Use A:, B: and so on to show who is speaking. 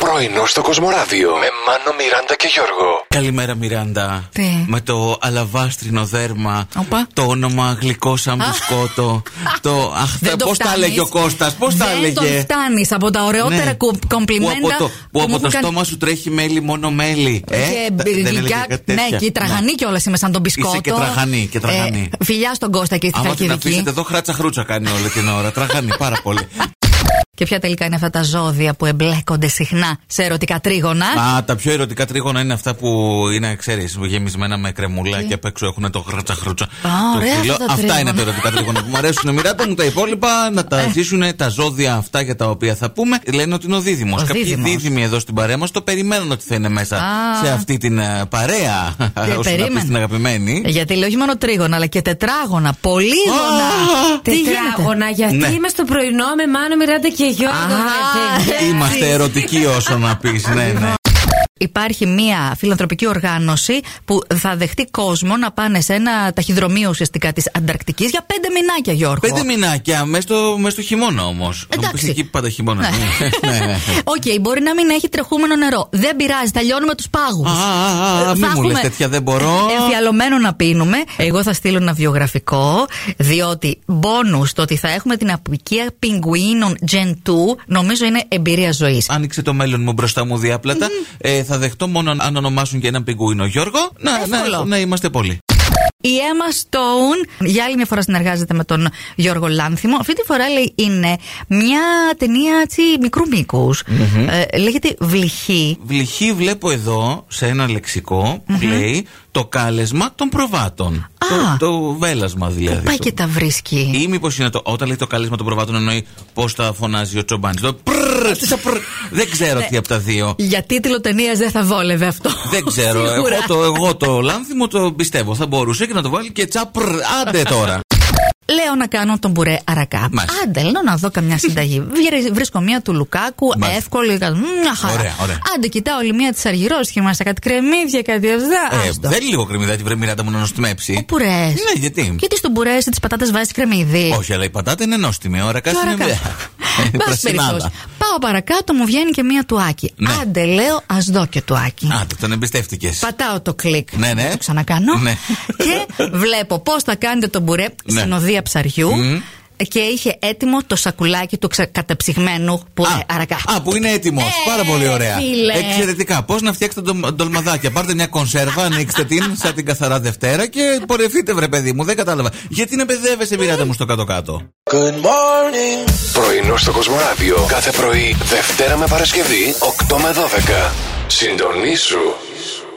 A: Πρωινό στο Κοσμοράδιο με Μάνο, Μιράντα και Γιώργο.
B: Καλημέρα, Μιράντα.
C: Τι?
B: Με το αλαβάστρινο δέρμα.
C: Οπα.
B: Το όνομα γλυκό σαν μπουσκότο. το. Αχ,
C: Δεν το
B: πώς τα
C: φτάνεις.
B: έλεγε ο Κώστας, πώς τα
C: Δεν τον
B: έλεγε.
C: φτάνεις από τα ωραιότερα
B: Ναι.
C: κου- κομπλιμέντα
B: Που από το, που
C: μου
B: από το
C: έχουν κάνει.
B: στόμα σου τρέχει μέλι, μόνο μέλι. Ε,
C: Και
B: τα- δεν έλεγε
C: γλυκιά-
B: κάτι
C: Ναι,
B: τέτοια.
C: και η τραγανή
B: Ναι.
C: κιόλας είμαι σαν τον μπισκότο.
B: και τραγανή, και τραγανή.
C: Ε, φιλιά στον Κώστα και στη
B: Άμα την
C: Χαλκιδική.
B: αφήσετε εδώ, χράτσα χρούτσα κάνει όλη την ώρα. Τραγάνει πάρα πολύ.
C: Και ποια τελικά είναι αυτά τα ζώδια που εμπλέκονται συχνά σε ερωτικά τρίγωνα.
B: Α, τα πιο ερωτικά τρίγωνα είναι αυτά που είναι, ξέρεις, γεμισμένα με κρεμούλα και απ' έξω έχουν το χράτσα χρούτσα. το
C: ωραία
B: φύλλο.
C: αυτά τα
B: αυτά
C: τρίγωνα. Ε.
B: είναι τα ερωτικά τρίγωνα που μου αρέσουν. Μοιράτε μου τα υπόλοιπα να τα ζήσουν τα ζώδια αυτά για τα οποία θα πούμε. Λένε ότι είναι ο δίδυμος.
C: Ο
B: Κάποιοι
C: δίδυμος.
B: δίδυμοι εδώ στην παρέα μας το περιμένουν ότι θα είναι μέσα
C: Α.
B: σε αυτή την ε, παρέα. Όσο να
C: περίμενα.
B: πει την αγαπημένη.
C: Γιατί λέει όχι μόνο τρίγωνα, αλλά και τετράγωνα, πολύγωνα.
B: Α,
C: Τι γίνεται?
D: Τετράγωνα, γιατί
B: Ναι.
D: είμαι στο πρωινό με Μάνο, Μιράντα και Γιώργο. Ναι,
C: Α,
D: ρε, παιδιά.
C: Ε,
B: Είμαστε ερωτικοί όσο να πεις. ναι, ναι.
C: Υπάρχει μια φιλανθρωπική οργάνωση που θα δεχτεί κόσμο να πάνε σε ένα ταχυδρομείο ουσιαστικά της Ανταρκτικής για πέντε μηνάκια, Γιώργο.
B: Πέντε μηνάκια μέσα στο, μέσα στο χειμώνα όμως.
C: Εντάξει.
B: Εκεί πάντα χειμώνα. Ναι, ναι, ναι.
C: Οκ, μπορεί να μην έχει τρεχούμενο νερό. Δεν πειράζει, τα λιώνουμε τους πάγους.
B: Α,
C: Ε,
B: α, α, μη μου λες τέτοια, δεν μπορώ.
C: Εμφιαλωμένο να πίνουμε. Εγώ θα στείλω ένα βιογραφικό, διότι μπόνου το ότι θα έχουμε την απικία πιγκουίνων Gen 2, νομίζω είναι εμπειρία ζωής.
B: άνοιξε το μέλλον μου μπροστά μου διάπλατα. Ε, θα δεχτώ μόνο αν ονομάσουν και έναν πιγκουίνο Γιώργο. Να, να,
C: Εύκολο.
B: να είμαστε πολλοί.
C: Η Emma Stone για άλλη μια φορά συνεργάζεται με τον Γιώργο Λάνθιμο. Αυτή τη φορά λέει είναι μια ταινία έτσι, μικρού μήκους. Ε, λέγεται Βλυχή.
B: Βλυχή βλέπω εδώ σε ένα λεξικό που λέει το κάλεσμα των προβάτων.
C: Α.
B: το, το βέλασμα δηλαδή.
C: Πάει και τα βρίσκει.
B: Ή μήπως είναι το. Όταν λέει το κάλεσμα των προβάτων εννοεί πώς τα φωνάζει ο Τσομπάνης. Το πρρρ, τι θα πρρρ. Δεν ξέρω
C: Ναι.
B: τι από τα δύο.
C: Για τίτλο ταινίας δεν θα βόλευε αυτό.
B: Δεν ξέρω. εγώ,
C: Σίγουρα.
B: το, εγώ το λάνθιμο το πιστεύω. Θα μπορούσε και να το βάλει και τσαπρ. Άντε τώρα.
C: Λέω να κάνω τον μπουρέ αρακά.
B: Μάλιστα.
C: Άντε, λέω να δω καμιά συνταγή. Βρε- Βρίσκω μία του Λουκάκου,
B: Μάλιστα.
C: εύκολη. κα- μ, Μια χαρά.
B: Ωραία, ωραία.
C: Άντε, κοιτάω όλη μία της αργυρός και είμαστε κάτι κρεμμύδια, κάτι αυτά.
B: Ε,
C: Άστο.
B: δεν λίγο κρεμμυδάκι βρε μοιράτα μου να νοστιμέψει.
C: Ο πουρέ.
B: Ναι, γιατί.
C: Γιατί στον πουρέ ή τι πατάτες βάζει κρεμμύδι.
B: Όχι, αλλά η πατάτα είναι νόστιμη. Ο αρακάς
C: Και
B: είναι
C: αρακάς.
B: βέβαια.
C: Εν πάση περιπτώσει, Πάω παρακάτω, μου βγαίνει και μία τουάκι.
B: Ναι.
C: Άντε, λέω, ας δω και τουάκι.
B: Άντε, τον εμπιστεύτηκες.
C: Πατάω το κλικ.
B: Ναι, ναι.
C: Να Το ξανακάνω.
B: Ναι.
C: Και βλέπω πώς θα κάνετε τον μπουρέ
B: Ναι.
C: στην οδεία ψαριού. Και είχε έτοιμο το σακουλάκι του ξα- κατεψυγμένου που ε, αρακά.
B: α, που είναι έτοιμος.
C: Ε,
B: Πάρα πολύ ωραία.
C: φίλε.
B: Εξαιρετικά. Πώς να φτιάξετε ντο- ντολμαδάκια. Πάρτε μια κονσέρβα, ανοίξτε την σαν την καθαρά Δευτέρα και πορευτείτε, βρε παιδί μου. Δεν κατάλαβα. Γιατί να μπεδεύεσαι, μοιράτα μου στο κάτω-κάτω.
A: Πρωινό στο Κοσμοράδιο κάθε πρωί, Δευτέρα με Παρασκευή, 8 με 12. Συντονίσου.